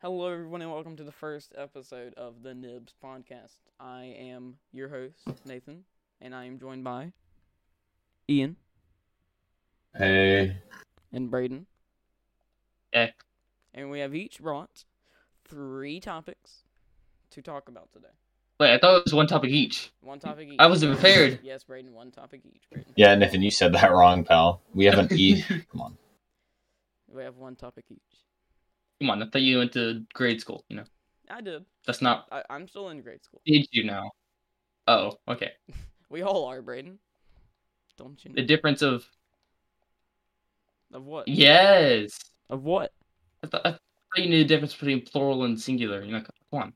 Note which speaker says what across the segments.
Speaker 1: Hello, everyone, and welcome to the first episode of the Nibs podcast. I am your host, Nathan, and I am joined by Ian
Speaker 2: Hey.
Speaker 1: and Braden.
Speaker 3: Hey.
Speaker 1: And we have each brought three topics to talk about today.
Speaker 3: Wait, I thought it was one topic each.
Speaker 1: One topic each.
Speaker 3: I wasn't prepared.
Speaker 1: Yes, Braden, one topic each. Braden.
Speaker 2: Yeah, Nathan, you said that wrong, pal. We have an E. Come on.
Speaker 1: We have one topic each.
Speaker 3: Come on, I thought you went to grade school. You know,
Speaker 1: I did.
Speaker 3: that's not.
Speaker 1: I, I'm still in grade school.
Speaker 3: Did you now? Oh, okay.
Speaker 1: We all are, Braden. Don't you
Speaker 3: The
Speaker 1: know?
Speaker 3: difference of
Speaker 1: Of what?
Speaker 3: yes.
Speaker 1: Of what?
Speaker 3: I thought, I thought you knew the difference between plural and singular. You know, come on.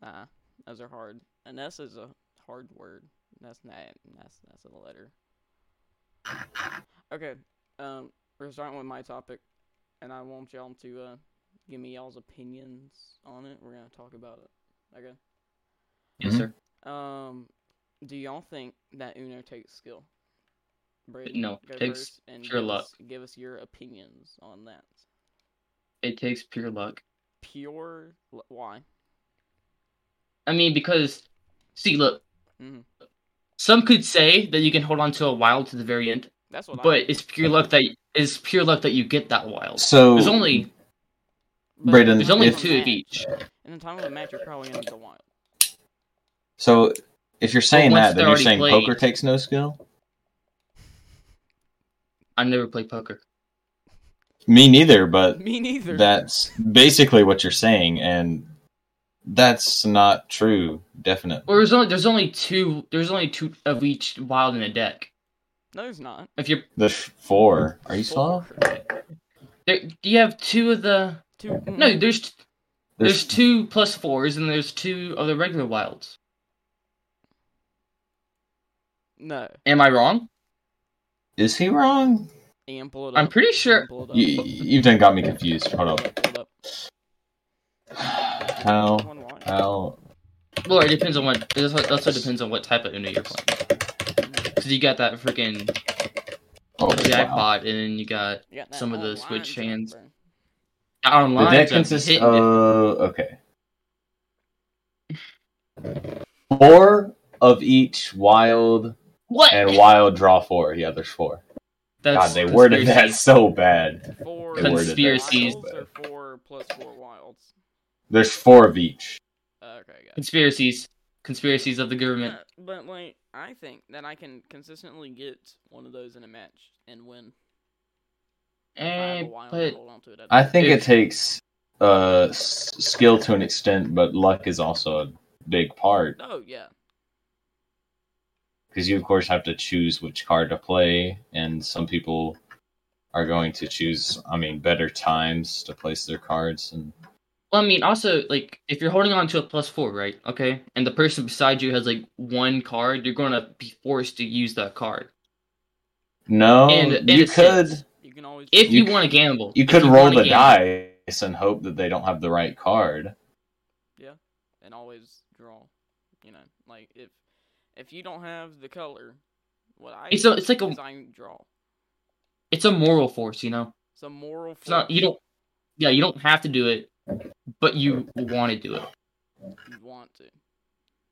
Speaker 1: Nah, those are hard. And S is a hard word. That's not. That's that's a letter. Okay. Um, we're starting with my topic, and I want y'all to uh give me y'all's opinions on it. We're gonna talk about it. Okay.
Speaker 3: Yes,
Speaker 2: Mhm.
Speaker 3: sir.
Speaker 1: Um, do y'all think that Uno takes skill? Brayden,
Speaker 3: No,
Speaker 1: go
Speaker 3: takes
Speaker 1: first and
Speaker 3: pure
Speaker 1: give
Speaker 3: luck.
Speaker 1: Us, give us your opinions on that.
Speaker 3: It takes pure luck.
Speaker 1: Pure. lu- Why?
Speaker 3: I mean, because see, look,
Speaker 1: Mhm.
Speaker 3: some could say that you can hold on to a wild to the very end,
Speaker 1: That's what I.
Speaker 3: but it's pure luck that it's pure luck that you get that wild.
Speaker 2: So
Speaker 3: There's only
Speaker 1: but
Speaker 2: Brayden-
Speaker 1: in
Speaker 3: there's
Speaker 1: the
Speaker 3: only
Speaker 1: time a
Speaker 3: two of
Speaker 1: match-
Speaker 3: each.
Speaker 1: In the time of a match, you're probably gonna get the wild.
Speaker 2: so if you're saying
Speaker 3: once
Speaker 2: that,
Speaker 3: they're
Speaker 2: then you're
Speaker 3: already
Speaker 2: saying
Speaker 3: played-
Speaker 2: poker takes no skill?
Speaker 3: I never play poker.
Speaker 2: Me neither, but
Speaker 1: Me neither.
Speaker 2: that's basically what you're saying, and that's not true, definitely.
Speaker 3: Well, there's only there's only two there's only two of each wild in a deck.
Speaker 1: No, there's not.
Speaker 3: If you're
Speaker 2: There's four. Are you slow?
Speaker 3: there, do you have two of the
Speaker 1: Two. mm,
Speaker 3: no? There's there's,
Speaker 2: There's
Speaker 3: two plus fours and there's two of the regular wilds.
Speaker 1: No.
Speaker 3: Am I wrong?
Speaker 2: Is he wrong?
Speaker 1: Ian, pull it up.
Speaker 3: I'm pretty sure.
Speaker 1: Ian, pull it up.
Speaker 2: You, you've done got me confused. Hold
Speaker 1: Pull
Speaker 2: up.
Speaker 1: it pull it up.
Speaker 2: How?
Speaker 1: One wide.
Speaker 2: How?
Speaker 3: Well, it depends on what. It also, it also depends on what type of Uno you're playing. Cause you got that freaking
Speaker 2: Oh, wow.
Speaker 3: jackpot, and then you got
Speaker 1: You got that
Speaker 3: Some of the
Speaker 1: online
Speaker 3: switch
Speaker 1: jump,
Speaker 3: hands.
Speaker 1: bro.
Speaker 2: The
Speaker 3: online.
Speaker 2: deck consists of. Okay. Four of each wild
Speaker 3: what?
Speaker 2: and wild draw four. Yeah, there's four.
Speaker 3: That's
Speaker 2: God, they worded
Speaker 3: conspiracy.
Speaker 2: that so bad.
Speaker 1: Four
Speaker 2: They worded that
Speaker 3: Conspiracies.
Speaker 2: so
Speaker 1: wilds or
Speaker 2: bad.
Speaker 1: four plus four wilds.
Speaker 2: There's four of each.
Speaker 1: Okay, guys.
Speaker 3: Conspiracies, conspiracies of the government. Eh,
Speaker 1: But, but like, I think that I can consistently get one of those in a match and win. If I have
Speaker 3: Eh,
Speaker 1: a wild,
Speaker 3: but
Speaker 1: hold on to it.
Speaker 2: I think it
Speaker 3: If-
Speaker 2: takes uh s- skill to an extent, but luck is also a big part
Speaker 1: Oh yeah.
Speaker 2: because you of course have to choose which card to play, and some people are going to choose, I mean, better times to place their cards and
Speaker 3: Well, I mean, also like if you're holding on to a plus four, right? Okay, and the person beside you has like one card, you're gonna be forced to use that card
Speaker 2: no,
Speaker 3: In- in
Speaker 2: you
Speaker 3: a
Speaker 2: could
Speaker 3: sense.
Speaker 1: You can always.
Speaker 3: if
Speaker 2: You
Speaker 3: you,
Speaker 2: c-
Speaker 3: want to gamble.
Speaker 2: you
Speaker 3: if
Speaker 2: could roll
Speaker 3: wanna
Speaker 2: the
Speaker 3: gamble.
Speaker 2: dice and hope that they don't have the right card.
Speaker 1: and always draw. You know, like if if you don't have the color, what I
Speaker 3: It's
Speaker 1: do
Speaker 3: a- it's like a-
Speaker 1: is I draw.
Speaker 3: It's a moral force, you know.
Speaker 1: It's a moral.
Speaker 3: It's not you don't. Yeah, you don't have to do it, but you want to do it.
Speaker 1: force if you want to.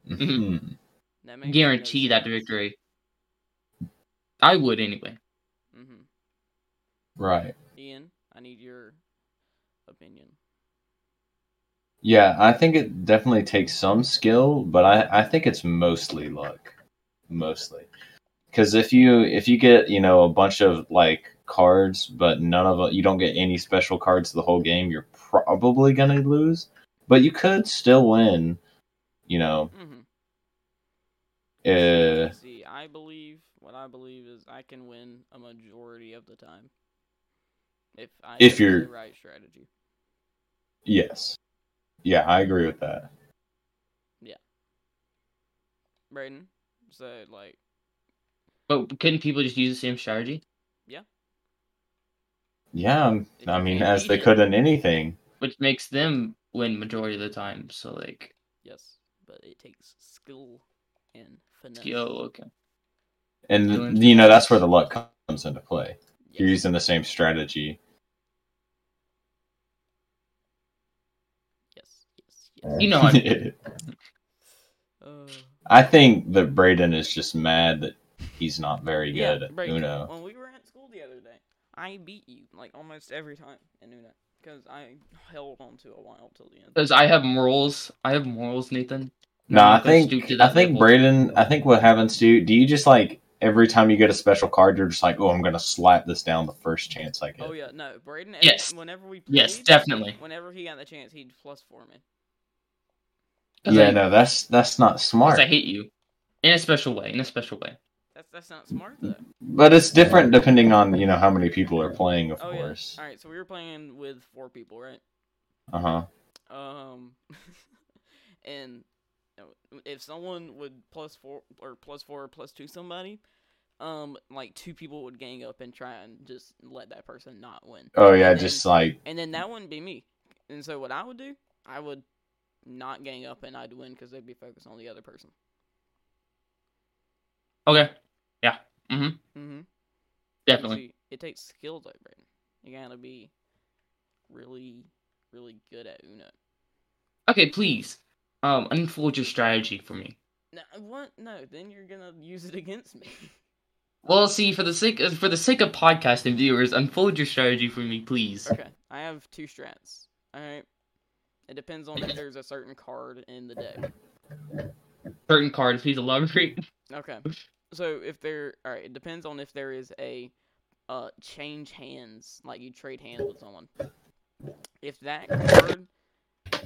Speaker 3: Mhm.
Speaker 2: Mhm.
Speaker 1: That makes
Speaker 3: Guarantee that victory. I would anyway.
Speaker 1: Mm-hmm.
Speaker 2: Right.
Speaker 1: Ian, I need your opinion.
Speaker 2: Yeah, I think it definitely takes some skill, but I, I think it's mostly luck, mostly. Because if you if you get you know a bunch of like cards, but none of you don't get any special cards the whole game, you're probably gonna lose. But you could still win. You know,
Speaker 1: Mm-hmm.
Speaker 2: uh,
Speaker 1: See, I believe what I believe is I can win a majority of the time. If I
Speaker 2: If
Speaker 1: use
Speaker 2: you're-
Speaker 1: the right strategy.
Speaker 2: yes, yeah, I agree with that.
Speaker 1: Brayden, so like
Speaker 3: But couldn't people just use the same strategy?
Speaker 2: Yeah, I'm-
Speaker 1: if
Speaker 2: I
Speaker 1: you
Speaker 2: mean,
Speaker 1: can't
Speaker 2: as
Speaker 1: beat
Speaker 2: they
Speaker 1: it-
Speaker 2: could in anything.
Speaker 3: Which makes them win majority of the time. So like,
Speaker 1: Yes, but it takes skill and finesse.
Speaker 3: yo, okay.
Speaker 2: And
Speaker 3: Doing-
Speaker 2: you know that's where the luck comes into play.
Speaker 1: Yes.
Speaker 2: You're using the same strategy.
Speaker 3: You know, I,
Speaker 1: Uh,
Speaker 2: I think that Braden is just mad that he's not very good at
Speaker 1: Brayden,
Speaker 2: Uno.
Speaker 1: When we were at school the other day, I beat you like almost every time in Uno because I held on to a while till the end.
Speaker 3: because I have morals. I have morals, Nathan.
Speaker 2: No,
Speaker 3: I'm
Speaker 2: I
Speaker 3: not gonna
Speaker 2: think
Speaker 3: stoop to
Speaker 2: I
Speaker 3: that
Speaker 2: think
Speaker 3: level.
Speaker 2: Braden. I think what happens to you, do you just like every time you get a special card, you're just like, oh, I'm gonna slap this down the first chance I get.
Speaker 1: Oh yeah, no, Braden. every-
Speaker 3: Yes.
Speaker 1: Whenever we played,
Speaker 3: Yes, definitely.
Speaker 1: Whenever he got the chance, he'd plus four me.
Speaker 3: 'Cause
Speaker 2: yeah,
Speaker 3: I,
Speaker 2: no, that's that's not
Speaker 3: 'cause
Speaker 2: smart.
Speaker 3: I hate you, in a special way. In a special way.
Speaker 1: That's that's not smart though.
Speaker 2: But it's different depending on you know how many people are playing, of
Speaker 1: Oh yeah.
Speaker 2: course.
Speaker 1: All right, so we were playing with four people, right?
Speaker 2: Uh huh.
Speaker 1: Um, and you know, if someone would plus four or plus four or plus two somebody, um, like two people would gang up and try and just let that person not win,
Speaker 2: Oh yeah,
Speaker 1: And
Speaker 2: just like
Speaker 1: and then that wouldn't be me. And so what I would do, I would not gang up and I'd win because they'd be focused on the other person.
Speaker 3: Okay,
Speaker 1: Mm-hmm.
Speaker 3: definitely.
Speaker 1: See, it takes skill though, Brayden. You gotta be really, really good at Uno.
Speaker 3: Okay, please, um, unfold your strategy for me.
Speaker 1: No, what? No, then you're gonna use it against me.
Speaker 3: Well, see, for the sake for the sake of podcasting viewers, unfold your strategy for me, please.
Speaker 1: Okay, I have two strats. All right. It depends on if there's a certain card in the deck.
Speaker 3: Certain card, please elaborate.
Speaker 1: Okay. So if there, all right, it depends on if there is a uh change hands, like you trade hands with someone. If that card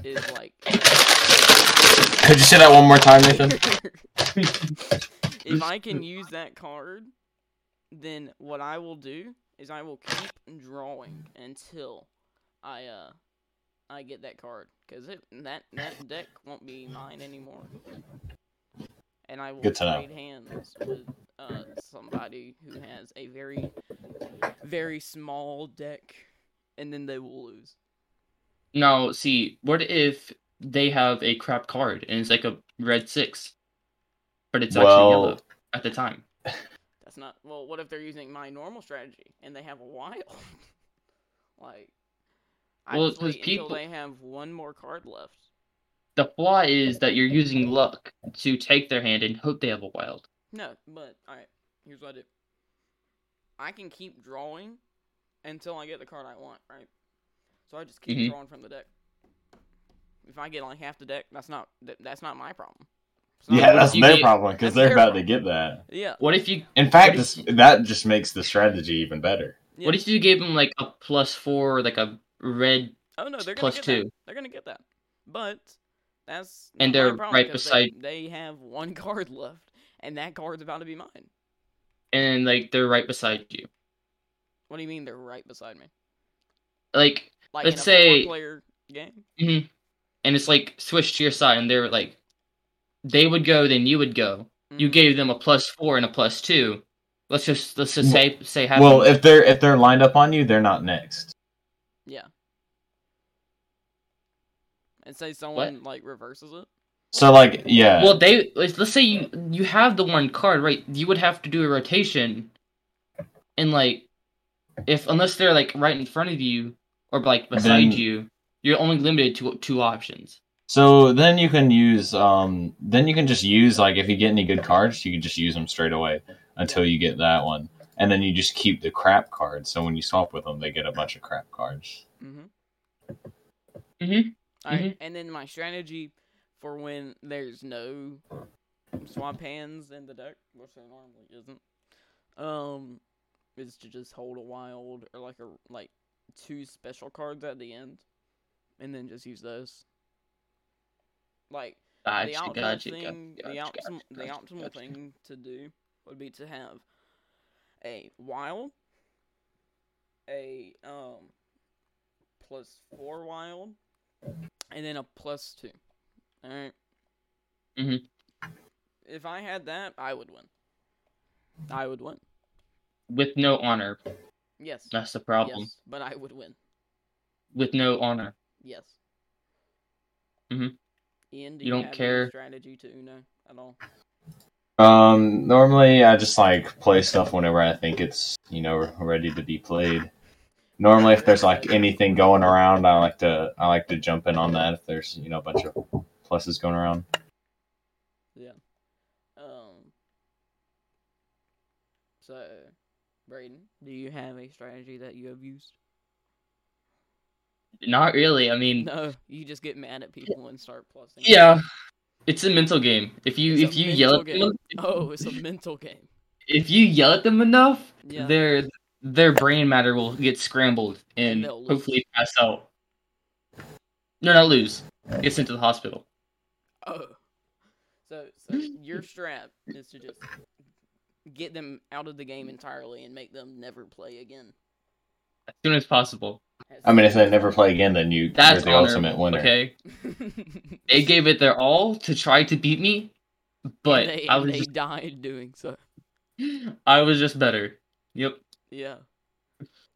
Speaker 1: is like
Speaker 2: Could you say that one more time,
Speaker 1: if I can use that card, then what I will do is I will keep drawing until I uh I get that card because it that that deck won't be mine anymore. And I will
Speaker 2: Good to know.
Speaker 1: trade hands with uh, somebody who has a very very small deck, and then they will lose.
Speaker 3: Now, see, what if they have a crap card and it's like a red six, but it's actually
Speaker 2: Well-
Speaker 3: yellow at the time?
Speaker 1: That's not well. What if they're using my normal strategy and they have a wild? like, I
Speaker 3: Well,
Speaker 1: just
Speaker 3: 'cause
Speaker 1: wait
Speaker 3: people-
Speaker 1: until they have one more card left.
Speaker 3: The flaw is that you're using luck to take their hand and hope they have a wild.
Speaker 1: No, but all right. Here's what I do. I can keep drawing until I get the card I want. Right. So I just keep
Speaker 3: Mhm.
Speaker 1: drawing from the deck. If I get like half the deck, that's not that, that's not my problem. It's not-
Speaker 2: Yeah, that's
Speaker 3: You
Speaker 2: their
Speaker 3: get-
Speaker 2: problem because
Speaker 1: that's
Speaker 2: they're
Speaker 1: their
Speaker 2: about to
Speaker 1: problem.
Speaker 2: get that.
Speaker 1: yeah.
Speaker 3: What if you
Speaker 2: In fact,
Speaker 3: What
Speaker 2: this,
Speaker 3: if-
Speaker 2: that just makes the strategy even better.
Speaker 1: yeah.
Speaker 3: what if you gave them like a plus four, like a red?
Speaker 1: Oh no, they're gonna
Speaker 3: plus
Speaker 1: get
Speaker 3: two.
Speaker 1: That. They're gonna get that, but that's
Speaker 3: And
Speaker 1: not my
Speaker 3: they're
Speaker 1: problem
Speaker 3: right
Speaker 1: 'cause they-
Speaker 3: beside-
Speaker 1: They, have one card left, and that card's about to be mine.
Speaker 3: And like they're right beside you.
Speaker 1: What do you mean they're right beside me?
Speaker 3: Like
Speaker 1: Like in
Speaker 3: Let's
Speaker 1: a
Speaker 3: say-
Speaker 1: four-player game.
Speaker 3: and it's like switched to your side and they're like they would go then you would go you
Speaker 1: Mhm.
Speaker 3: gave them a plus four and a plus two let's just let's just say say half
Speaker 2: Well, if they're if they're lined up on you, they're not next.
Speaker 1: Yeah. And say someone like reverses it.
Speaker 2: So like, yeah,
Speaker 3: well they let's, let's say you you have the one card right you would have to do a rotation and like if unless they're like right in front of you or like beside
Speaker 2: Then-
Speaker 3: you you're only limited to two options
Speaker 2: So then you can use um then you can just use like if you get any good cards, you can just use them straight away until you get that one. And then you just keep the crap cards. So when you swap with them, they get a bunch of crap cards.
Speaker 1: Mhm.
Speaker 3: Mhm.
Speaker 1: All right, and then my strategy for when there's no swamp hands in the deck, which there normally isn't, um, is to just hold a wild or like a like two special cards at the end, and then just use those. Like
Speaker 3: gotcha,
Speaker 1: the optimal
Speaker 3: gotcha,
Speaker 1: thing,
Speaker 3: gotcha,
Speaker 1: the
Speaker 3: gotcha,
Speaker 1: optimal, the
Speaker 3: gotcha,
Speaker 1: optimal
Speaker 3: gotcha.
Speaker 1: thing to do would be to have a wild, a um, plus four wild, and then a plus two. All
Speaker 3: Mhm.
Speaker 1: If I had that, I would win. I would win.
Speaker 3: with no honor
Speaker 1: Yes.
Speaker 3: that's the problem
Speaker 1: Yes, but I would win.
Speaker 3: with no honor
Speaker 1: Yes.
Speaker 3: Mhm.
Speaker 1: Ian, do
Speaker 3: You
Speaker 1: you,
Speaker 3: don't
Speaker 1: have any
Speaker 3: care.
Speaker 1: strategy to Uno at all?
Speaker 2: Um normally I just like play stuff whenever I think it's, you know, ready to be played. normally if there's like anything going around, I like to I like to jump in on that if there's you know a bunch of pluses going around.
Speaker 1: Um. So, Braden, do you have a strategy that you have used?
Speaker 3: Not really. I mean,
Speaker 1: No, you just get mad at people and start plussing.
Speaker 3: Mm. yeah, it's a mental game. If you
Speaker 1: It's a
Speaker 3: if you yell at
Speaker 1: mental
Speaker 3: them,
Speaker 1: Oh, it's a mental game.
Speaker 3: if you yell at them enough,
Speaker 1: Yeah.
Speaker 3: their their brain matter will get scrambled and
Speaker 1: they'll lose.
Speaker 3: hopefully pass out. No, not lose. Gets into the hospital.
Speaker 1: Oh. So, so your strat is to just get them out of the game entirely and make them never play again.
Speaker 3: As soon as possible.
Speaker 2: I mean, if they never play again, then you
Speaker 3: That's
Speaker 2: you're the
Speaker 3: honorable,
Speaker 2: ultimate winner.
Speaker 3: Okay, they gave it their all to try to beat me, but
Speaker 1: they,
Speaker 3: I was
Speaker 1: they died doing so.
Speaker 3: just, I was just better. Yep.
Speaker 1: Yeah.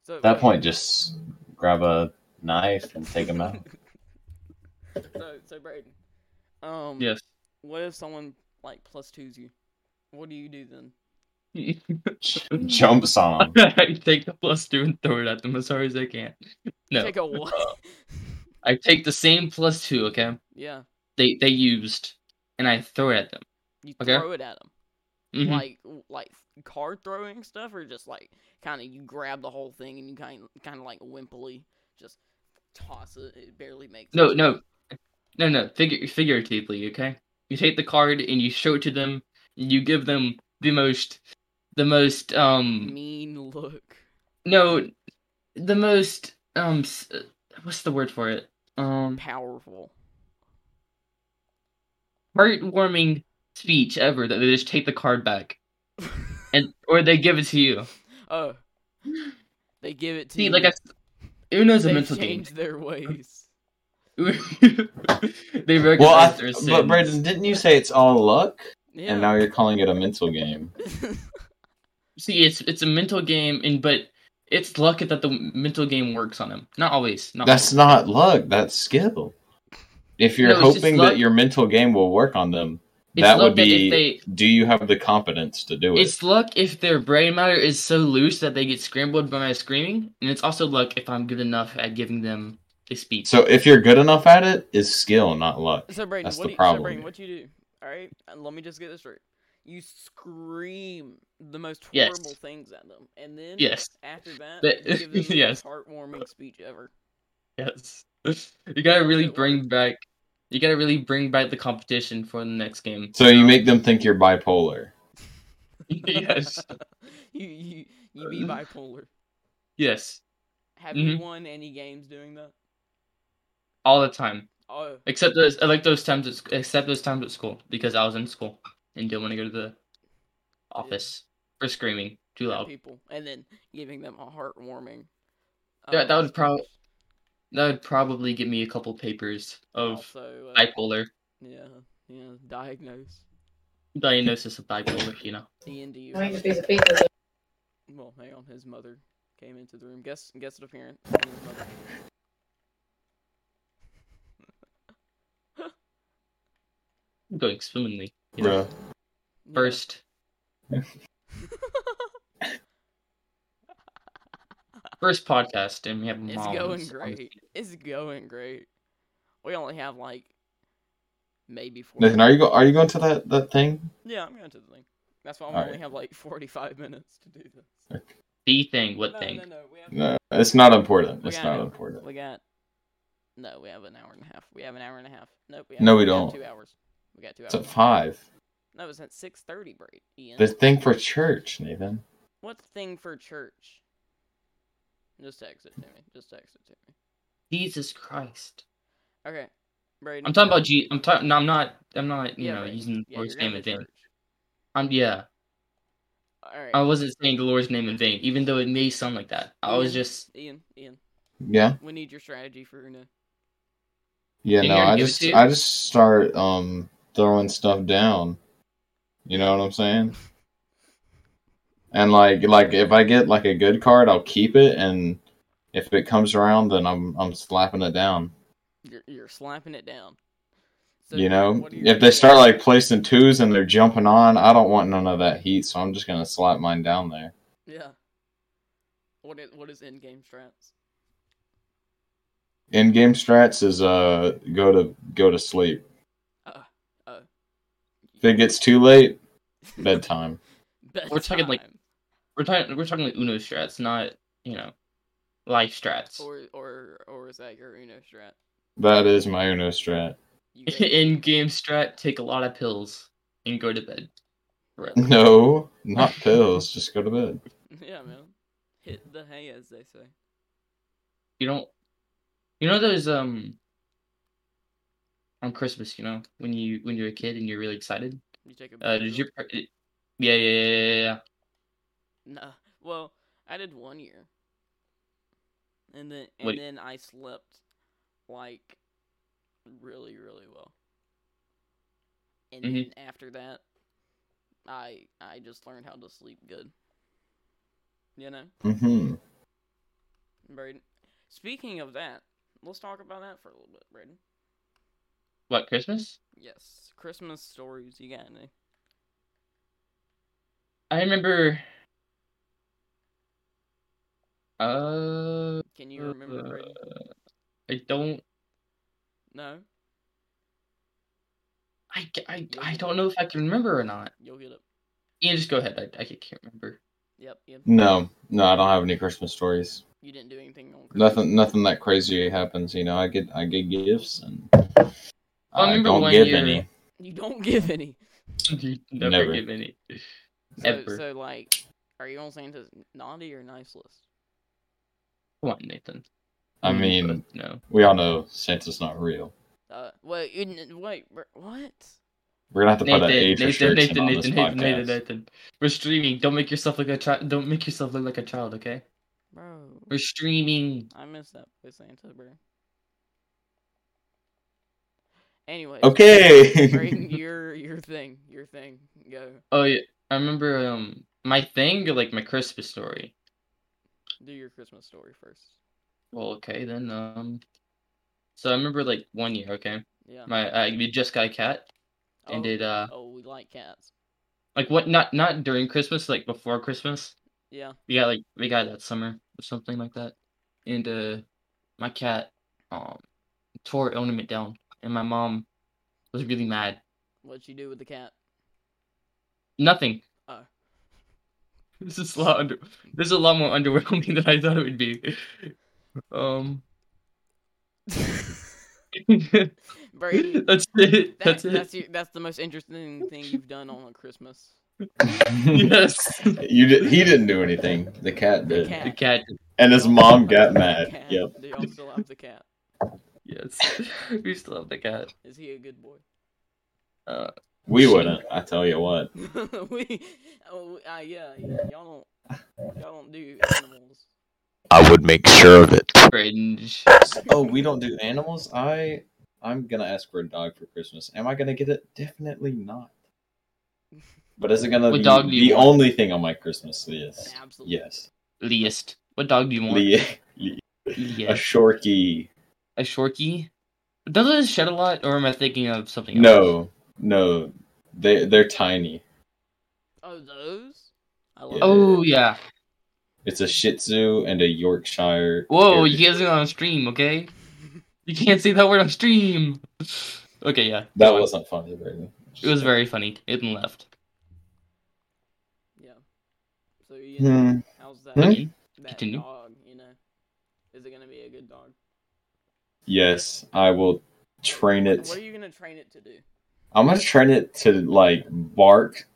Speaker 1: So
Speaker 2: At that point, just grab a knife and take them out.
Speaker 1: So, so Braden, um,
Speaker 3: Yes.
Speaker 1: what if someone like plus twos you? What do you do then?
Speaker 2: Jumps on 'em.
Speaker 3: I take the plus two and throw it at them as hard as I can.
Speaker 1: You
Speaker 3: No,
Speaker 1: Take a what?
Speaker 3: I take the same plus two. Okay,
Speaker 1: yeah,
Speaker 3: they they used, and I throw it at them.
Speaker 1: you
Speaker 3: Okay.
Speaker 1: throw it at them,
Speaker 3: Mhm.
Speaker 1: like like card throwing stuff, or just like kind of you grab the whole thing and you kind kind of like wimpily just toss it. It barely makes
Speaker 3: No,
Speaker 1: it.
Speaker 3: no, no, no. Figure, figuratively, okay. You take the card and you show it to them. And you give them the most, the most, um,
Speaker 1: mean look.
Speaker 3: no, the most, um, s- uh, what's the word for it? Um,
Speaker 1: Powerful.
Speaker 3: heartwarming speech ever that they just take the card back, and or they give it to you.
Speaker 1: Oh, they give it to
Speaker 3: See,
Speaker 1: you.
Speaker 3: like I, s- Uno's a
Speaker 1: they
Speaker 3: mental game.
Speaker 1: change their ways.
Speaker 3: they recognize
Speaker 2: Well, I,
Speaker 3: their sin.
Speaker 2: but Brandon, didn't you say it's all luck?
Speaker 1: Yeah.
Speaker 2: And now you're calling it a mental game.
Speaker 3: See, it's it's a mental game, and but it's lucky that the mental game works on him. Not always. Not
Speaker 2: That's not luck. That's skill. If you're
Speaker 3: No, it's just
Speaker 2: hoping
Speaker 3: luck.
Speaker 2: that your mental game will work on them,
Speaker 3: It's
Speaker 2: that
Speaker 3: luck
Speaker 2: would be.
Speaker 3: that if
Speaker 2: do you have the competence to do
Speaker 3: they,
Speaker 2: it?
Speaker 3: it's luck if their brain matter is so loose that they get scrambled by my screaming, and it's also luck if I'm good enough at giving them a speech.
Speaker 2: So if you're good enough at it, it's skill, not luck.
Speaker 1: So Brayden,
Speaker 2: That's
Speaker 1: what
Speaker 2: the
Speaker 1: do you,
Speaker 2: problem
Speaker 1: So Brayden,
Speaker 2: here.
Speaker 1: what you do? All right, and let me just get this straight. You scream the most
Speaker 3: Yes.
Speaker 1: horrible things at them, and then
Speaker 3: yes,
Speaker 1: after that,
Speaker 3: That-
Speaker 1: you give them the
Speaker 3: yes.
Speaker 1: most heartwarming speech ever.
Speaker 3: yes. You gotta really
Speaker 1: It
Speaker 3: bring back. You gotta really bring back the competition for the next game.
Speaker 2: So you make them think you're bipolar.
Speaker 3: yes,
Speaker 1: you you you be bipolar.
Speaker 3: yes,
Speaker 1: Have
Speaker 3: Mm-hmm.
Speaker 1: you won any games doing that?
Speaker 3: all the time.
Speaker 1: Oh,
Speaker 3: Except those, I like those times. At, sc- except those times at school because I was in school and didn't want to go to the office for screaming too
Speaker 1: at
Speaker 3: loud.
Speaker 1: people, and then giving them a heartwarming. uh,
Speaker 3: That- that would prob-
Speaker 1: probably
Speaker 3: That would probably get me a couple papers of
Speaker 1: also uh,
Speaker 3: bipolar
Speaker 1: yeah yeah diagnose.
Speaker 3: diagnosis of bipolar. You know,
Speaker 1: Ian, do you?
Speaker 4: I need a
Speaker 1: have any-
Speaker 4: piece of pizza.
Speaker 1: Well, hang on. His mother came into the room. Guess guess the parent. Ian's mother.
Speaker 3: I'm going swimmingly. You know,
Speaker 2: Bro.
Speaker 1: Yeah.
Speaker 3: first, first podcast, and we have
Speaker 1: it's
Speaker 3: mom.
Speaker 1: going great. It's going great. We only have like maybe four.
Speaker 2: Nathan, are you go- are you going to that, that thing?
Speaker 1: Yeah, I'm going to the thing. That's why we
Speaker 2: All
Speaker 1: only
Speaker 2: right.
Speaker 1: have like 45 minutes to do this.
Speaker 3: The thing, what
Speaker 1: No,
Speaker 3: thing?
Speaker 1: no, no. We have
Speaker 2: No, it's not important.
Speaker 1: We
Speaker 2: It's
Speaker 1: got
Speaker 2: not
Speaker 1: it.
Speaker 2: important.
Speaker 1: we got no. We have an hour and a half. We have an hour and a half. Nope. We have,
Speaker 2: No, we
Speaker 1: got
Speaker 2: don't.
Speaker 1: two hours. We got two
Speaker 2: It's at
Speaker 1: hours.
Speaker 2: five.
Speaker 1: No, it's at 6:30, break. Ian.
Speaker 2: The thing for church, Nathan.
Speaker 1: What thing for church? Just text it to me. Just text it to me.
Speaker 3: Jesus Christ!
Speaker 1: Okay, Braden.
Speaker 3: I'm talking about G. I'm talking. No, I'm not. I'm not. You know,
Speaker 1: Braden.
Speaker 3: using the
Speaker 1: Yeah,
Speaker 3: Lord's
Speaker 1: you're going
Speaker 3: name in
Speaker 1: to
Speaker 3: vain.
Speaker 1: church.
Speaker 3: I'm yeah.
Speaker 1: All right,
Speaker 3: I wasn't saying the Lord's name in vain, even though it may sound like that. I was just
Speaker 1: Ian. Ian,
Speaker 2: Yeah.
Speaker 1: we need your strategy for Uno.
Speaker 2: Yeah,
Speaker 3: Can
Speaker 2: no,
Speaker 3: you
Speaker 2: I
Speaker 3: give it
Speaker 2: just
Speaker 3: to you?
Speaker 2: I just start um throwing stuff down. You know what I'm saying? And like like if I get like a good card, I'll keep it and if it comes around then I'm I'm slapping it down.
Speaker 1: You're you're slapping it down. So
Speaker 2: you know?
Speaker 1: what are your
Speaker 2: If they start
Speaker 1: plans?
Speaker 2: like placing twos and they're jumping on, I don't want none of that heat, so I'm just gonna slap mine down there.
Speaker 1: yeah. What is what is in game strats?
Speaker 2: In game strats is uh go to go to sleep.
Speaker 1: Uh, uh.
Speaker 2: If it gets too late, bedtime.
Speaker 3: We're talking, like,
Speaker 1: Bedtime.
Speaker 3: We're talking we're talking like Uno strats, not you know, life strats.
Speaker 1: or or or is that your Uno strat?
Speaker 2: That is my Uno strat.
Speaker 1: You guys-
Speaker 3: In game strat, take a lot of pills and go to bed. Right.
Speaker 2: No, not pills. Just go to bed.
Speaker 1: yeah, man. Hit the hay, as they say.
Speaker 3: You don't. You know those um. On Christmas, you know when you when you're a kid and you're really excited.
Speaker 1: You take a.
Speaker 3: Uh,
Speaker 1: big
Speaker 3: did
Speaker 1: pill.
Speaker 3: your par- yeah yeah yeah yeah yeah. yeah.
Speaker 1: Nah. Well, I did one year. And then and
Speaker 3: Wait.
Speaker 1: then I slept like really, really well. And
Speaker 3: Mhm.
Speaker 1: then after that I I just learned how to sleep good. You know?
Speaker 2: Mm-hmm.
Speaker 1: Braden. Speaking of that, let's talk about that for a little bit, Braden.
Speaker 3: What Christmas?
Speaker 1: Yes. Christmas stories, you got any?
Speaker 3: I remember. Uh,
Speaker 1: Can you remember Braden?
Speaker 3: I don't.
Speaker 1: No?
Speaker 3: I, I, I don't know if I can remember or not.
Speaker 1: You'll get it.
Speaker 3: Ian, just go ahead. I, I can't remember.
Speaker 1: Yep, yep.
Speaker 2: No, no, I don't have any Christmas stories.
Speaker 1: You didn't do anything on Christmas.
Speaker 2: Nothing, nothing that crazy happens. You know, I get, I get gifts, and
Speaker 3: I
Speaker 2: I,
Speaker 3: remember
Speaker 2: don't
Speaker 3: one
Speaker 2: give
Speaker 3: year-
Speaker 2: any.
Speaker 1: You don't give any.
Speaker 3: You never,
Speaker 2: Never.
Speaker 3: give any.
Speaker 1: So,
Speaker 3: Ever.
Speaker 1: so like, are you on Santa's naughty or nice list?
Speaker 3: Come on, Nathan. Mm,
Speaker 2: I
Speaker 3: We
Speaker 2: mean-
Speaker 3: both know.
Speaker 2: We all know Santa's not real.
Speaker 1: Uh, wait, you didn't- wait, br- what?
Speaker 2: We're gonna have to put
Speaker 3: Nathan,
Speaker 2: an age
Speaker 3: Nathan,
Speaker 2: restriction
Speaker 3: Nathan,
Speaker 2: on
Speaker 3: Nathan,
Speaker 2: this
Speaker 3: Nathan,
Speaker 2: podcast.
Speaker 3: Nathan, Nathan. We're streaming. Don't make yourself look a child. Don't make yourself look like a child. Okay.
Speaker 1: Bro,
Speaker 3: We're streaming.
Speaker 1: I missed that with Santa, bro. Anyway. Bring
Speaker 2: Okay.
Speaker 1: your your thing, your thing. Go
Speaker 3: Oh yeah, I remember. Um, my thing, like my Christmas story.
Speaker 1: do your Christmas story first.
Speaker 3: Well, okay then. Um, so I remember like one year. Okay,
Speaker 1: Yeah.
Speaker 3: my I we just got a cat and did uh
Speaker 1: oh, we like cats.
Speaker 3: like what not not during Christmas like before Christmas.
Speaker 1: Yeah.
Speaker 3: we got like we got that summer or something like that and uh my cat um tore her ornament down and my mom was really mad
Speaker 1: What'd you do with the cat?
Speaker 3: nothing
Speaker 1: Oh.
Speaker 3: this is a lot under- this is a lot more underwhelming than i thought it would be um
Speaker 1: Brady,
Speaker 3: that's
Speaker 1: that,
Speaker 3: it that's
Speaker 1: that's
Speaker 3: it
Speaker 1: that's, your, that's the most interesting thing you've done on a Christmas.
Speaker 3: yes
Speaker 2: you did. He didn't do anything. The cat
Speaker 1: The
Speaker 2: did,
Speaker 1: cat.
Speaker 3: the cat
Speaker 2: and his mom got
Speaker 1: The
Speaker 2: mad.
Speaker 1: cat.
Speaker 2: Yep.
Speaker 1: Do y'all still have the cat?
Speaker 3: yes we still have the cat
Speaker 1: Is he a good boy?
Speaker 3: uh
Speaker 2: We wouldn't. I tell you what.
Speaker 1: we, oh, uh, yeah, yeah, y'all don't, y'all don't do animals.
Speaker 4: I would make sure of it.
Speaker 3: cringe
Speaker 2: Oh, we don't do animals. I, I'm gonna ask for a dog for Christmas. Am I gonna get it? Definitely not. But is it gonna
Speaker 3: What
Speaker 2: be
Speaker 3: dog do you
Speaker 2: the
Speaker 3: want?
Speaker 2: only thing on my Christmas list?
Speaker 1: Absolutely.
Speaker 2: Yes.
Speaker 3: least what dog do you want
Speaker 2: Lee,
Speaker 3: Least.
Speaker 2: a shorky.
Speaker 3: a shorty. Doesn't it shed a lot, or am I thinking of something? Else?
Speaker 2: No, no, they they're tiny.
Speaker 1: Oh, those? I
Speaker 2: Yeah.
Speaker 3: Oh yeah.
Speaker 2: It's a Shih Tzu and a Yorkshire.
Speaker 3: Whoa,
Speaker 2: Terrier.
Speaker 3: you guys are on stream, okay? You can't say that word on stream. Okay, yeah.
Speaker 2: That
Speaker 3: go on.
Speaker 2: wasn't funny, Brandon.
Speaker 3: It was very funny. It left.
Speaker 1: Yeah. So, Ian,
Speaker 2: Hmm.
Speaker 1: how's that,
Speaker 2: Hmm?
Speaker 1: that
Speaker 3: Continue.
Speaker 1: dog, you know? Is it going to be a good dog?
Speaker 2: Yes, I will train it.
Speaker 1: What are you going to train it to do?
Speaker 2: I'm gonna train it to like bark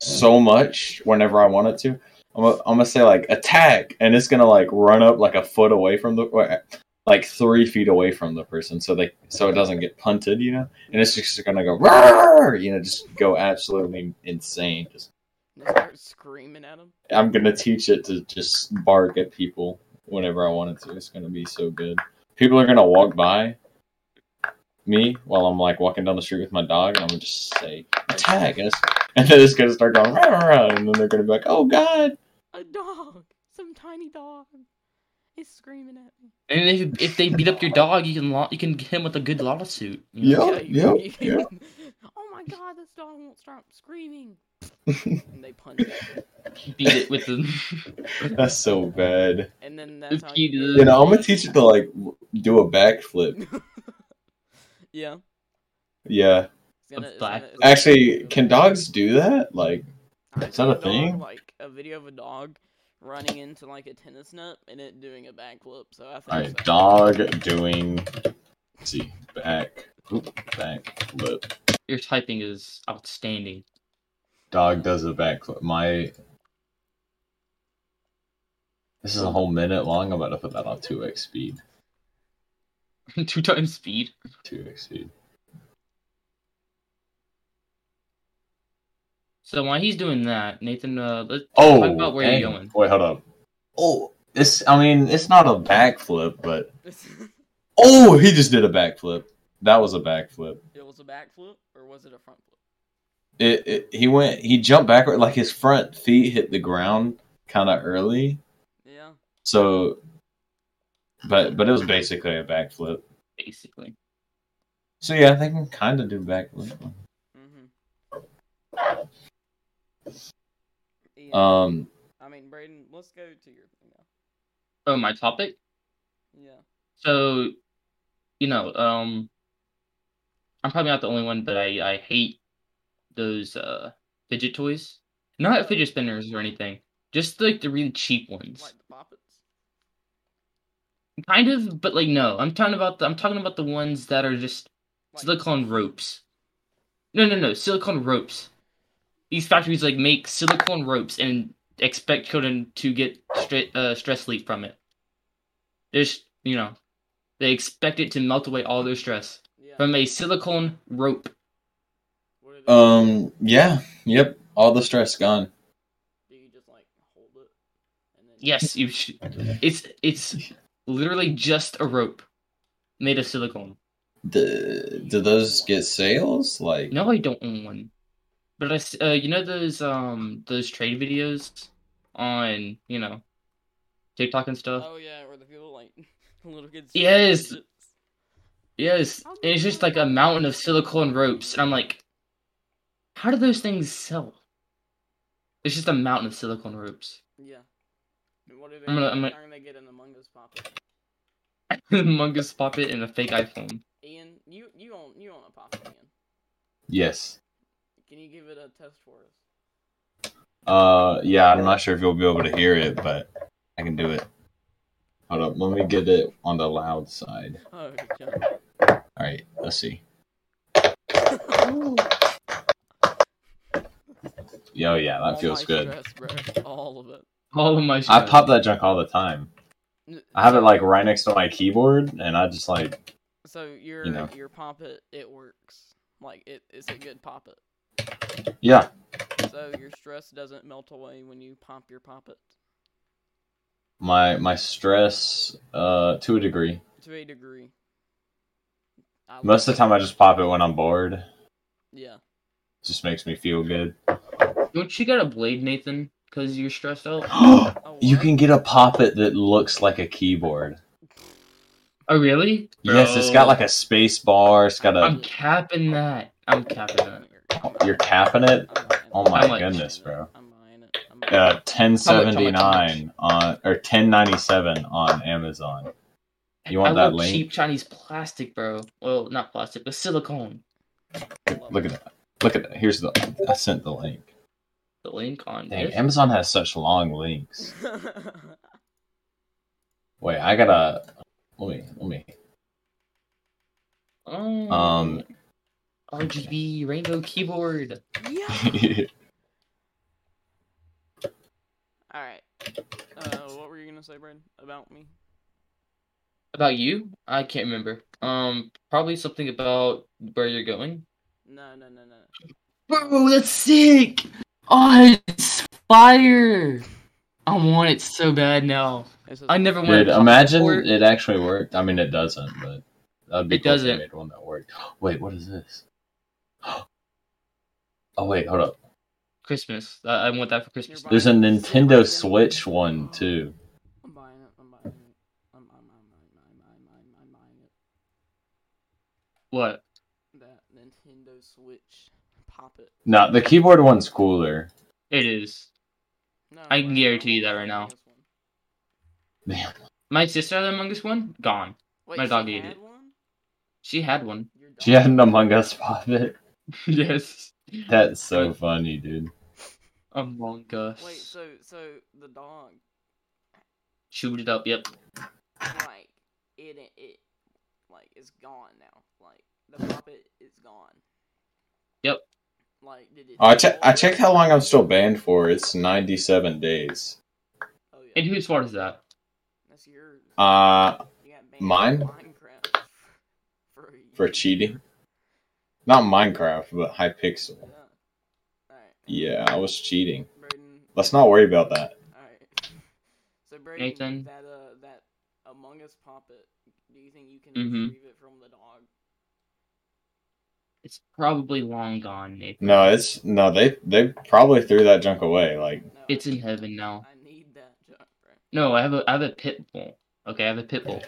Speaker 2: so much whenever I want it to. I'm gonna, I'm gonna say like attack, and it's gonna like run up like a foot away from the, like three feet away from the person, so they so it doesn't get punted, you know. And it's just gonna go, "Roar!" you know, just go absolutely insane. Just
Speaker 1: Just start screaming at him?
Speaker 2: I'm gonna teach it to just bark at people whenever I want it to. It's gonna be so good. People are gonna walk by me while I'm like walking down the street with my dog, and I'm gonna just say attack, and, it's, and then it's gonna start going, rah, rah, rah, and then they're gonna be like, oh god,
Speaker 1: A dog! Some tiny dog is screaming at me.
Speaker 3: And if, if they beat up your dog, you can lo- you can get him with a good lawsuit. you know?
Speaker 2: Yup,
Speaker 1: Yeah, you-
Speaker 2: yup,
Speaker 1: oh my god, this dog won't stop screaming. and they punch it.
Speaker 3: Beat it with the.
Speaker 2: That's so bad.
Speaker 1: And then that's how
Speaker 3: Repeat
Speaker 1: you.
Speaker 3: it.
Speaker 1: do
Speaker 2: You know, I'm gonna teach it to like w- do a backflip.
Speaker 1: Yeah.
Speaker 2: Yeah.
Speaker 1: It's gonna, it's
Speaker 3: black-
Speaker 1: gonna- it's gonna-
Speaker 2: Actually, can dogs do that? Like,
Speaker 1: I
Speaker 2: Is that a
Speaker 1: saw dog,
Speaker 2: thing?
Speaker 1: like a video of a dog running into like a tennis net and it doing a backflip. So I think.
Speaker 2: all right,
Speaker 1: so.
Speaker 2: dog doing. Let's see, back, oop, back flip.
Speaker 3: Your typing is outstanding.
Speaker 2: Dog does a backflip. My. This is a whole minute long. I'm about to put that on two x speed.
Speaker 3: Two times speed.
Speaker 2: Two x speed.
Speaker 3: So while he's doing that, Nathan, uh, let's
Speaker 2: Oh,
Speaker 3: talk about where you're
Speaker 2: dang.
Speaker 3: going.
Speaker 2: Wait, hold up. Oh, it's. I mean, it's not a backflip, but oh, he just did a backflip. That was a backflip.
Speaker 1: it was a backflip or was it a front flip?
Speaker 2: It, it. He went. He jumped backward. Like his front feet hit the ground kind of early.
Speaker 1: Yeah.
Speaker 2: So, but but it was basically a backflip.
Speaker 3: Basically,
Speaker 2: So yeah, I think I can kind of do backflip.
Speaker 1: Mm-hmm.
Speaker 2: Um.
Speaker 1: I mean, Braden, let's go to your thing now.
Speaker 3: oh my topic.
Speaker 1: Yeah.
Speaker 3: So, you know, um, I'm probably not the only one, but I I hate those uh fidget toys. Not fidget spinners or anything. Just like the really cheap ones.
Speaker 1: Like the poppets.
Speaker 3: Kind of, but like no. I'm talking about the, I'm talking about the ones that are just
Speaker 1: Like,
Speaker 3: silicone ropes. No, no, no, silicone ropes. These factories like make silicone ropes and expect children to get stre- uh, stress relief from it. There's, you know, they expect it to melt away all their stress
Speaker 1: yeah.
Speaker 3: from a silicone rope.
Speaker 1: What do they
Speaker 2: Um. Yeah. Yep. All the stress gone.
Speaker 1: do? Do you just like hold it? And then
Speaker 3: Yes, you. Sh- it's it's literally just a rope made of silicone.
Speaker 2: The, do those get sales? Like
Speaker 3: No, I don't own one. But I, s- uh, you know those um those trade videos on you know TikTok and stuff.
Speaker 1: Oh yeah, or the people like little kids.
Speaker 3: Yes.
Speaker 1: Shit.
Speaker 3: Yes,
Speaker 1: How
Speaker 3: and
Speaker 1: do you
Speaker 3: it's just
Speaker 1: know
Speaker 3: like a
Speaker 1: that?
Speaker 3: mountain of silicone ropes, and I'm like, how do those things sell? It's just a mountain of silicone ropes.
Speaker 1: Yeah. And What are they?
Speaker 3: I'm gonna- I'm gonna-
Speaker 1: trying to get an Among Us poppet?
Speaker 3: Among Us poppet and a fake iPhone.
Speaker 1: Ian, you you own you own a poppet, Ian.
Speaker 2: yes.
Speaker 1: Can you give it a test for us?
Speaker 2: Uh. Yeah. I'm not sure if you'll be able to hear it, but I can do it. Hold up. Let me get it on the loud side.
Speaker 1: Oh,
Speaker 2: All right. Let's see. Yo. Yeah. That feels good.
Speaker 1: All of it.
Speaker 3: All of my.
Speaker 2: I
Speaker 3: stress.
Speaker 2: pop that junk all the time. I have it like right next to my keyboard, and I just like
Speaker 1: So your
Speaker 2: you know.
Speaker 1: your poppet it works. Like it, it's a good poppet.
Speaker 2: yeah.
Speaker 1: So your stress doesn't melt away when you pop your poppet.
Speaker 2: My my stress uh to a degree.
Speaker 1: To a degree. I love
Speaker 2: Most of
Speaker 1: it.
Speaker 2: the time, I just pop it when I'm bored.
Speaker 1: Yeah.
Speaker 2: just makes me feel good.
Speaker 3: Don't you got a blade, Nathan? Because you're stressed out.
Speaker 1: Oh,
Speaker 2: you
Speaker 1: what?
Speaker 2: can get a poppet that looks like a keyboard.
Speaker 3: Oh really?
Speaker 2: Yes, it's got like a space bar. It's got a.
Speaker 3: I'm capping that. I'm capping that.
Speaker 2: You're capping it.
Speaker 1: I'm buying
Speaker 2: Oh
Speaker 1: it.
Speaker 2: my
Speaker 1: I'm buying
Speaker 2: goodness,
Speaker 1: it.
Speaker 2: bro.
Speaker 1: I'm buying it. I'm buying
Speaker 2: Uh,
Speaker 1: it.
Speaker 2: ten seventy
Speaker 3: How
Speaker 2: nine on or ten ninety seven on Amazon. You want
Speaker 3: I
Speaker 2: that
Speaker 3: love
Speaker 2: link?
Speaker 3: cheap Chinese plastic, bro. Well, not plastic, but silicone.
Speaker 1: I love
Speaker 2: Look
Speaker 1: it.
Speaker 2: at that. Look at that. Here's the. I sent the link.
Speaker 3: The link on
Speaker 2: Dang,
Speaker 3: this.
Speaker 2: Amazon has such long links. Wait, I gotta. Let me. Let me.
Speaker 3: Oh,
Speaker 2: Um.
Speaker 3: RGB rainbow keyboard.
Speaker 1: yeah. All right. Uh, what were you gonna say, Brad, about me?
Speaker 3: About you? I can't remember. Um, probably something about where you're going.
Speaker 1: No, no, no, no.
Speaker 3: Bro, that's sick. Oh, it's fire. I want it so bad now.
Speaker 1: It's just-
Speaker 3: I never wanted.
Speaker 2: Dude, imagine
Speaker 3: It,
Speaker 2: it actually worked. I mean, it doesn't, but that'd be
Speaker 3: It
Speaker 2: cool if they
Speaker 3: doesn't.
Speaker 2: made one that worked. Wait, what is this? Oh wait, hold up.
Speaker 3: Christmas. I, I want that for Christmas.
Speaker 1: You're
Speaker 2: There's a
Speaker 1: buying
Speaker 2: Nintendo
Speaker 1: Super
Speaker 2: Switch one too.
Speaker 1: I'm buying it. I'm buying it. I'm, I'm, I'm, I'm, I'm, I'm, I'm, I'm buying it.
Speaker 3: What?
Speaker 1: That Nintendo Switch pop it.
Speaker 2: No, the keyboard one's cooler.
Speaker 3: It is.
Speaker 1: No,
Speaker 3: I can
Speaker 1: wait,
Speaker 3: guarantee
Speaker 1: want
Speaker 3: you that
Speaker 1: the
Speaker 3: right now.
Speaker 1: Among Us one.
Speaker 3: My sister had Among Us one gone.
Speaker 1: Wait,
Speaker 3: My
Speaker 1: she
Speaker 3: dog ate
Speaker 1: had
Speaker 3: it.
Speaker 1: one?
Speaker 3: She had one.
Speaker 1: Your
Speaker 2: She
Speaker 1: dog-
Speaker 2: had an Among Us puppet.
Speaker 3: yes.
Speaker 2: That's so funny, dude.
Speaker 3: Among Us.
Speaker 1: Wait, so so the dog
Speaker 3: Chewed it up. Yep.
Speaker 1: like it it like it's gone now. Like the puppet is gone.
Speaker 3: Yep.
Speaker 1: Like did it?
Speaker 2: Oh, I, che- I checked how long I'm still banned for. It's 97 days.
Speaker 1: Oh, yeah.
Speaker 3: And whose fault is that?
Speaker 1: That's yours.
Speaker 2: Uh,
Speaker 1: You got banned from
Speaker 2: mine?
Speaker 1: Minecraft for a
Speaker 2: for
Speaker 1: year.
Speaker 2: cheating. Not Minecraft, but Hypixel.
Speaker 1: Yeah. Alright,
Speaker 2: Yeah, I was cheating.
Speaker 1: Braden.
Speaker 2: Let's not worry about that.
Speaker 1: Alright. So Braden,
Speaker 3: Nathan?
Speaker 1: that uh that Among Us puppet, do you think you can
Speaker 3: Mhm.
Speaker 1: retrieve it from the dog?
Speaker 3: It's probably long gone, Nathan.
Speaker 2: No, it's no. They they probably threw that junk away. Like
Speaker 1: No, I
Speaker 3: It's in
Speaker 1: need-
Speaker 3: heaven now.
Speaker 1: I need that junk, bro.
Speaker 3: No, I have a I have a pit bull. Okay, I have a pit bull.
Speaker 1: Okay.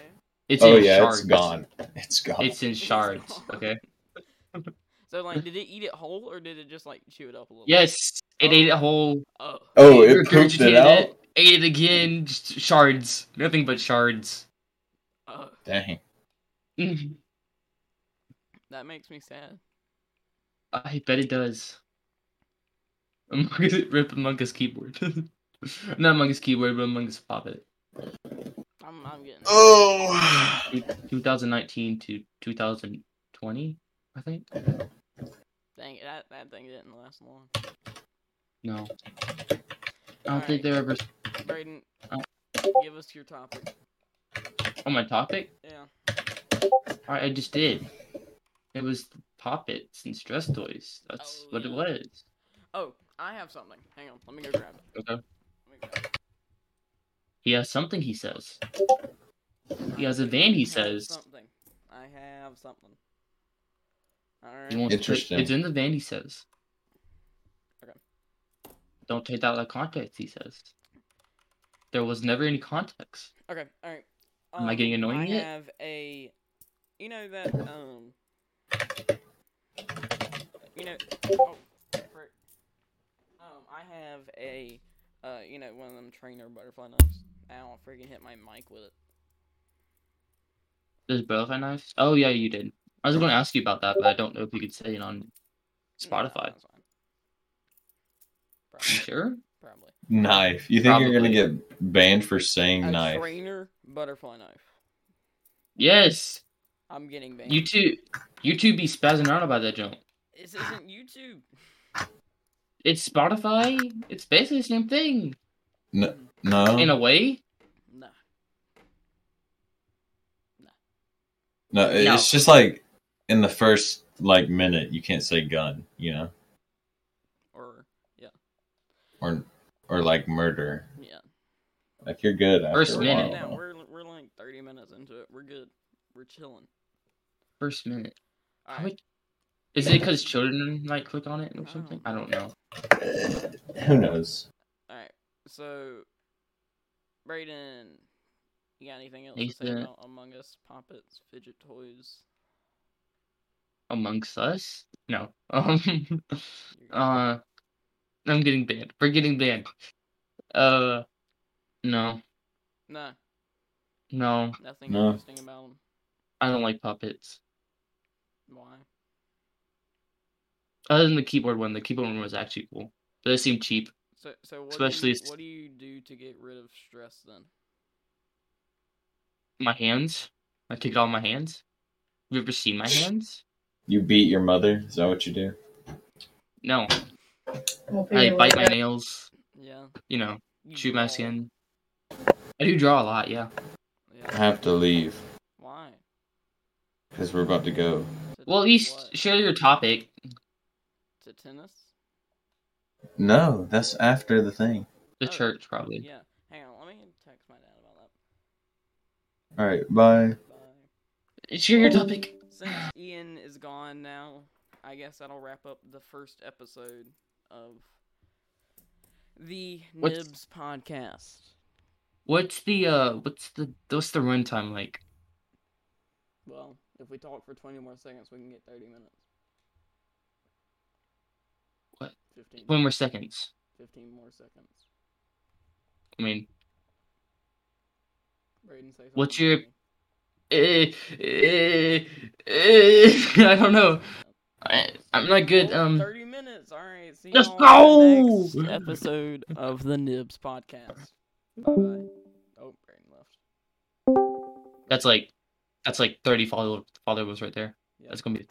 Speaker 3: It's
Speaker 2: oh
Speaker 3: in
Speaker 2: yeah,
Speaker 3: shards.
Speaker 2: it's gone. It's gone.
Speaker 3: It's in
Speaker 1: It's
Speaker 3: shards.
Speaker 1: gone.
Speaker 3: Okay.
Speaker 1: So like, did it eat it whole or did it just like chew it up a little?
Speaker 3: Yes, it ate it whole.
Speaker 1: Oh.
Speaker 2: oh, it pooped
Speaker 3: regurgitated
Speaker 2: it out.
Speaker 3: Ate it again. just Shards. Nothing but shards.
Speaker 1: oh.
Speaker 2: Dang.
Speaker 3: I
Speaker 1: That makes me sad.
Speaker 3: bet it does. Among Us, rip Among Us keyboard. Not Among Us keyboard, but Among Us Puppet.
Speaker 1: I'm, I'm getting.
Speaker 2: Oh.
Speaker 3: 2019 to 2020, I think.
Speaker 1: Dang it, that, that thing didn't last long.
Speaker 3: No. I don't think they're ever
Speaker 1: Braden,
Speaker 3: Oh.
Speaker 1: give us your topic.
Speaker 3: on my topic.
Speaker 1: Yeah.
Speaker 3: I, I just did. It was puppets and stress toys. That's
Speaker 1: Oh,
Speaker 3: what
Speaker 1: yeah.
Speaker 3: it was.
Speaker 1: Oh, I have something. Hang on, let me go grab it.
Speaker 3: Okay.
Speaker 1: Let me grab it.
Speaker 3: He has something he says. He has a
Speaker 1: I
Speaker 3: van, he
Speaker 1: have
Speaker 3: says.
Speaker 1: Something. I have something.
Speaker 3: He
Speaker 1: Alright.
Speaker 3: wants to-
Speaker 2: Interesting.
Speaker 3: it's in the van, he says.
Speaker 1: Okay.
Speaker 3: Don't take that out of context, he says. There was never any context.
Speaker 1: Okay, alright.
Speaker 3: Am I getting annoying
Speaker 1: I
Speaker 3: yet?
Speaker 1: have a. You know that, um. You know. Oh, frick. Um, I have a. Uh, you know, one of them trainer butterfly knives. Ow, I freaking hit my mic with it.
Speaker 3: There's butterfly knives. Oh yeah, you did. I was going to ask you about that, but I don't know if you could say it on
Speaker 1: No, no,
Speaker 3: Spotify.
Speaker 1: that's fine.
Speaker 3: You
Speaker 1: Probably.
Speaker 3: sure?
Speaker 1: probably.
Speaker 2: Knife. You think you're gonna
Speaker 3: Probably.
Speaker 2: get banned for saying
Speaker 1: A
Speaker 2: knife?
Speaker 1: trainer butterfly knife.
Speaker 3: Yes.
Speaker 1: I'm getting banned.
Speaker 3: You two, you two be spazzing out about that junk.
Speaker 1: This isn't YouTube.
Speaker 3: It's Spotify. It's basically the same thing
Speaker 2: No.
Speaker 3: in a way.
Speaker 1: Nah.
Speaker 2: No, it-
Speaker 3: No.
Speaker 2: it's just like in the first like minute you can't say gun, you know,
Speaker 1: Or
Speaker 2: or or like murder.
Speaker 1: yeah.
Speaker 2: Like you're good. After
Speaker 3: First
Speaker 2: a
Speaker 3: minute.
Speaker 1: Now
Speaker 2: while.
Speaker 1: we're we're like 30 minutes into it. We're good. We're chilling.
Speaker 3: First minute.
Speaker 1: All
Speaker 3: How
Speaker 1: right. Oh.
Speaker 3: much- Is it because children might click on it or
Speaker 1: I
Speaker 3: something?
Speaker 1: don't
Speaker 3: I don't know.
Speaker 2: Who knows?
Speaker 1: All right. So, Brayden, you got anything else to say
Speaker 3: Nathan.
Speaker 1: about Among Us, Poppets, fidget toys?
Speaker 3: Amongst us? No. Um.
Speaker 1: You're-
Speaker 3: Uh. I'm getting banned. We're getting banned. Uh. No.
Speaker 1: nah,
Speaker 3: No.
Speaker 1: nothing
Speaker 2: No.
Speaker 1: interesting about them.
Speaker 3: I don't like puppets.
Speaker 1: Why?
Speaker 3: Other than the keyboard one, the keyboard one was actually cool. But it seemed cheap.
Speaker 1: So so what
Speaker 3: Especially
Speaker 1: do
Speaker 3: s-
Speaker 1: you, what do you do to get rid of stress then?
Speaker 3: My hands. I take it off my hands. Have you ever seen my hands?
Speaker 2: You beat your mother? Is that what you do?
Speaker 3: No. I bite my nails.
Speaker 1: Yeah.
Speaker 3: You know.
Speaker 1: you
Speaker 3: Shoot my
Speaker 1: draw.
Speaker 3: skin. I do draw a lot, yeah.
Speaker 2: I
Speaker 1: Yeah.
Speaker 2: have to leave
Speaker 1: Why?
Speaker 2: because we're about to go.
Speaker 1: To
Speaker 3: Well, at
Speaker 1: do
Speaker 3: least
Speaker 1: what?
Speaker 3: share your topic.
Speaker 1: to tennis.
Speaker 2: No, that's after the thing.
Speaker 3: The
Speaker 1: Oh,
Speaker 3: church, probably.
Speaker 1: Yeah. Hang on. Let me text my dad about
Speaker 2: All right, bye.
Speaker 1: that. Bye.
Speaker 3: Share your topic.
Speaker 1: Since Ian is gone now, I guess that'll wrap up the first episode of the
Speaker 3: What's-
Speaker 1: Nibs podcast.
Speaker 3: What's the uh? What's the what's the runtime like?
Speaker 1: Well, if we talk for 20 more seconds, we can get 30 minutes. 15,
Speaker 3: Twenty more seconds.
Speaker 1: 15 more seconds.
Speaker 3: I mean,
Speaker 1: Braden, say something.
Speaker 3: What's your- eh, eh, eh, I don't know. I, I'm not good.
Speaker 1: Oh,
Speaker 3: Um,
Speaker 1: 30 minutes. All right. See
Speaker 3: Let's
Speaker 1: y'all on the
Speaker 3: go!
Speaker 1: next episode of the Nibs podcast. Bye. Oh, Braden left.
Speaker 3: that's like, that's like 30 follow- followers right there. That's gonna be